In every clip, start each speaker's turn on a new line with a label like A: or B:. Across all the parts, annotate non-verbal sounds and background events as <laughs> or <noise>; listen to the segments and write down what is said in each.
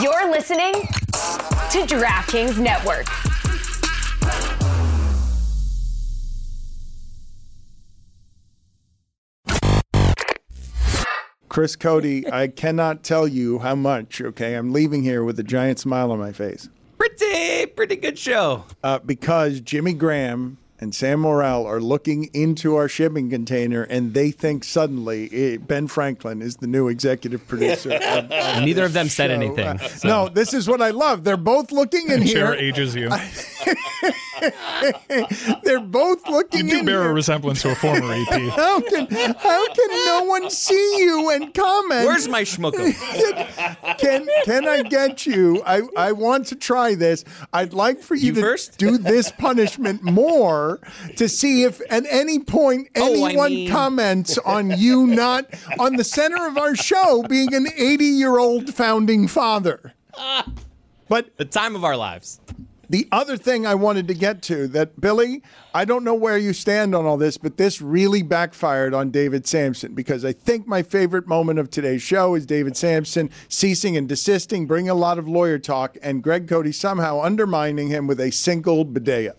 A: You're listening to DraftKings Network.
B: Chris Cody, I cannot tell you how much, okay? I'm leaving here with a giant smile on my face
C: Pretty, pretty good show.
B: uh, because Jimmy Graham and Sam Morrell are looking into our shipping container and they think suddenly it, Ben Franklin is the new executive producer. of- of
C: Neither of them
B: this
C: said
B: show.
C: anything.
B: Uh,
C: so-
B: No, this is what I love. They're both looking <laughs> in here.
D: Chair ages you.
B: They're both looking
D: Do
B: in
D: bear a
B: <laughs> here.
D: resemblance to a former E EP.
B: how can how can no one see you and comment?
C: Where's my schmuckum?
B: can can I get you? I, I want to try this. I'd like for you,
C: You
B: to
C: first?
B: do this punishment more to see if at any point
C: Oh, I
B: anyone
C: mean-
B: comments on you not on the center of our show being an 80 year old founding father. But
C: the time of our lives.
B: the other thing I wanted to get to that, Billy, I don't know where you stand on all this, but this really backfired on David Sampson because I think my favorite moment of today's show is David Sampson ceasing and desisting, bringing a lot of lawyer talk, and Greg Cody somehow undermining him with a single Bedea.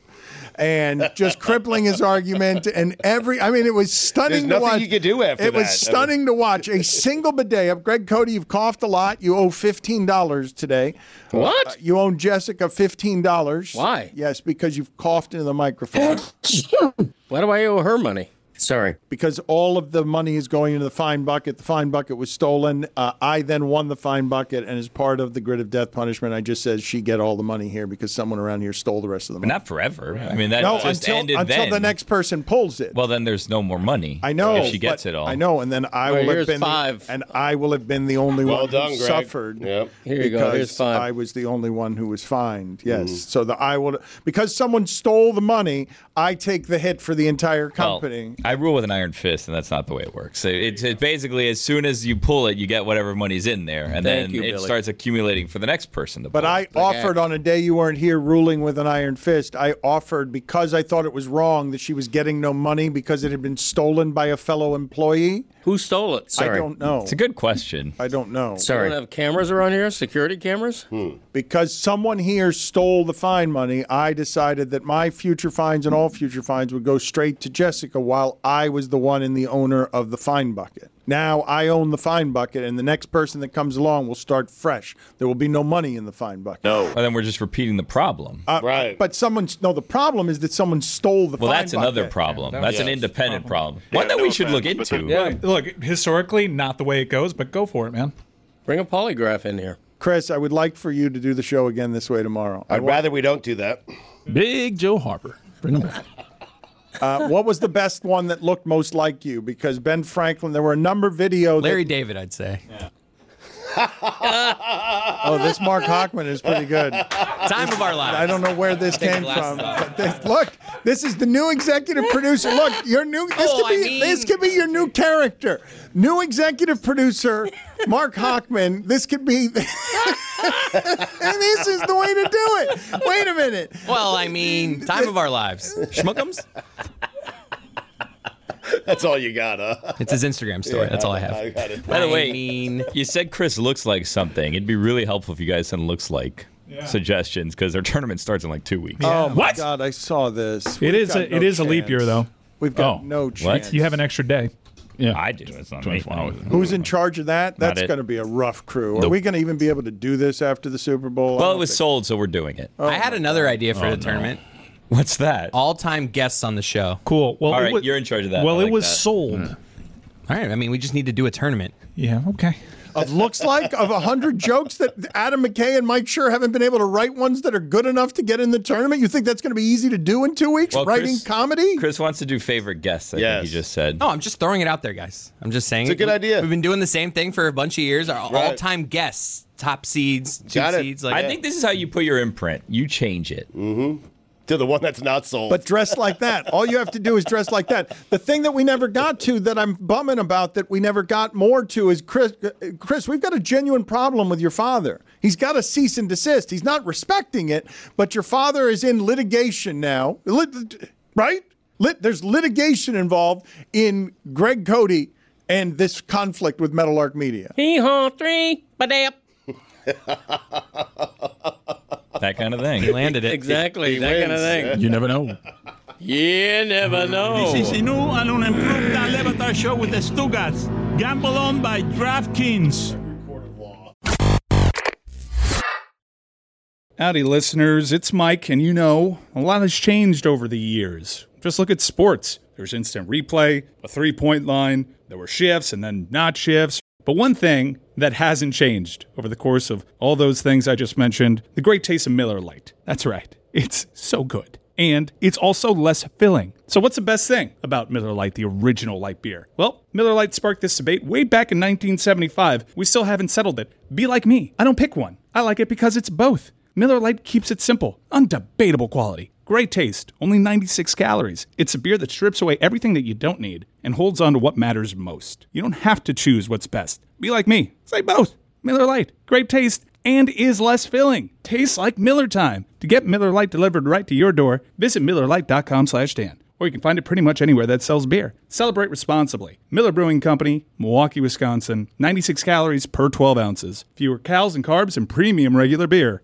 B: And just crippling his argument, and every—I mean, it was stunning
E: There's
B: to
E: nothing
B: watch.
E: you could do after
B: It was
E: that. I
B: stunning
E: mean-
B: to watch a single bidet up. Greg Cody, you've coughed a lot. You owe fifteen dollars today.
E: What?
B: Uh, you owe Jessica fifteen dollars.
E: Why?
B: Yes, because you've coughed into the
F: <laughs>
B: microphone.
E: Why do I owe her money? Sorry.
B: because all of the money is going into the fine bucket. The fine bucket was stolen. Uh, I then won the fine bucket, and as part of the grid of death punishment, I just said she get all the money here because someone around here stole the rest of the money.
F: Not forever. I mean, that
B: no,
F: just
B: until
F: ended
B: until
F: then.
B: the next person pulls it.
F: Well, then there's no more money.
B: I know
F: if she gets
B: but-
F: it all.
B: I know, and then I
E: Well,
B: will have
E: here's
B: been
E: five.
B: The, and I will have been the only
E: Well
B: one
E: done,
B: who
E: Greg.
B: suffered.
E: Yep. Here you go.
B: because
E: Here's five.
B: I was the only one who was fined. Yes,
F: Mm-hmm.
B: so the I will because someone stole the money. I take the hit for the entire
F: Well,
B: company.
F: I rule with an iron fist, and that's not the way it works. So It's it's basically as soon as you pull it, you get whatever money's in there, and then
E: Thank you,
F: it
E: Billy.
F: starts accumulating for the next person to.
B: But
F: pull.
B: I offered on a day you weren't here ruling with an iron fist. I offered because I thought it was wrong that she was getting no money because it had been stolen by a fellow employee.
E: Who stole it? Sorry.
B: I don't know.
F: It's a good question.
B: I don't know.
E: We don't have cameras around here? Security cameras?
G: Hmm.
B: because someone here stole the fine money, I decided that my future fines and all future fines would go straight to Jessica while I was the one and the owner of the fine bucket. Now I own the fine bucket, and the next person that comes along will start fresh. There will be no money in the fine bucket.
E: No.
F: And then we're just repeating the problem.
B: Uh,
E: right.
B: But someone, no, the problem is that someone stole the
F: well,
B: fine
F: that's another
B: bucket.
F: problem. that's an
E: Yeah.
F: independent problem. One that we should look into.
D: <laughs> Look, historically, not the way it goes, but go for it, man.
E: Bring a polygraph in here.
B: Chris, I would like for you to do the show again this way tomorrow. I
H: I'd
B: want-
H: rather we don't do that. <laughs>
D: Big Joe Harper. Bring him back.
B: uh, what was the best one that looked most like you? Because Ben Franklin, there were a number of videos.
C: Larry David, I'd say.
B: oh, this Mark Hockman is pretty good.
C: Time of our lives.
B: I don't know where this
C: Take
B: came
C: the last
B: from.
C: stop.
B: But this, look, this is the new executive producer. Look, your new this
C: Oh,
B: could be
C: I mean-
B: this could be your new character. New executive producer, Mark Hockman. This could be <laughs> and this is the way to do it. Wait a minute.
C: Well, I mean, time of our lives. Schmuckums?
H: That's all you got, huh? <laughs>
C: It's his Instagram story. That's all I have.
H: I got it.
F: By the way,
C: I mean,
F: you said Chris looks like something. It'd be really helpful if you guys sent looks like suggestions because their tournament starts in like two weeks.
B: Oh my
D: What?
B: god, I saw this.
D: It is.
B: got
D: A,
B: no
D: it is a leap
B: chance.
D: year, though.
B: We've got
F: Oh,
B: no
F: what?
B: chance.
D: You have an extra day. Yeah.
F: I do. It's not me.
D: 24 hours.
B: Who's in charge of that? That's
F: it.
B: going to be a rough crew. Are
F: Nope.
B: we going to even be able to do this after the Super Bowl? I
F: Well,
B: don't
F: it was
B: think-
F: sold, so we're doing it.
C: I had another idea for the tournament.
F: What's that?
C: Oh. All time guests on the show.
D: Cool. Well,
F: All
D: it
F: right,
D: was-
F: you're in charge of that.
D: Well,
F: I
D: it
F: like
D: was
F: that.
D: sold.
C: All right. I mean, we just need to do a tournament.
D: Yeah. Okay.
B: of looks like of a hundred jokes that Adam McKay and Mike Sure haven't been able to write ones that are good enough to get in the tournament. You think that's going to be easy to do in two weeks?
F: Well,
B: writing
F: Chris-
B: comedy?
F: Chris wants to do favorite guests. I
H: Yes.
F: think he just said.
C: No, I'm just throwing it out there, guys. I'm just saying.
H: It's a good
C: We-
H: idea.
C: We've been doing the same thing for a bunch of years. Our
H: Right.
C: all time guests, top seeds, two
H: Got it.
C: seeds. Like,
F: I think this is how you put your imprint. You change it.
H: To the one that's not sold.
B: But dress like that. All you have to do is dress like that. The thing that we never got to that I'm bumming about that we never got more to is Chris. uh, Chris, we've got a genuine problem with your father. He's got to cease and desist. He's not respecting it. But your father is in litigation now, Lit- right? Lit, there's litigation involved in Greg Cody and this conflict with Metal Arc Media.
G: <laughs>
E: Hee haw three. Badap.
F: that kind of
C: He
F: thing.
C: landed it.
E: Exactly, that kind of thing.
G: You never know.
E: You never
G: <laughs> This is
E: know.
G: a new and unimproved Levitar show with the Stugats. Gamble on by DraftKings.
D: Howdy, listeners. It's Mike, and you know, a lot has changed over the years. Just look at sports. There's instant replay, a three point line, there were shifts and then not shifts. But one thing that hasn't changed over the course of all those things I just mentioned the great taste of Miller Lite. That's right, it's so good. And it's also less filling. So, what's the best thing about Miller Lite, the original light beer? Well, Miller Lite sparked this debate way back in 1975. We still haven't settled it. Be like me. I don't pick one. I like it because it's both. Miller Lite keeps it simple, undebatable quality, great taste, only 96 calories. It's a beer that strips away everything that you don't need and holds on to what matters most. You don't have to choose what's best. Be like me. Say both. Miller Lite, great taste and is less filling. Tastes like Miller time. To get Miller Lite delivered right to your door, visit millerlite.com/dan or you can find it pretty much anywhere that sells beer. Celebrate responsibly. Miller Brewing Company, Milwaukee, Wisconsin. 96 calories per 12 ounces. Fewer calories and carbs than premium regular beer.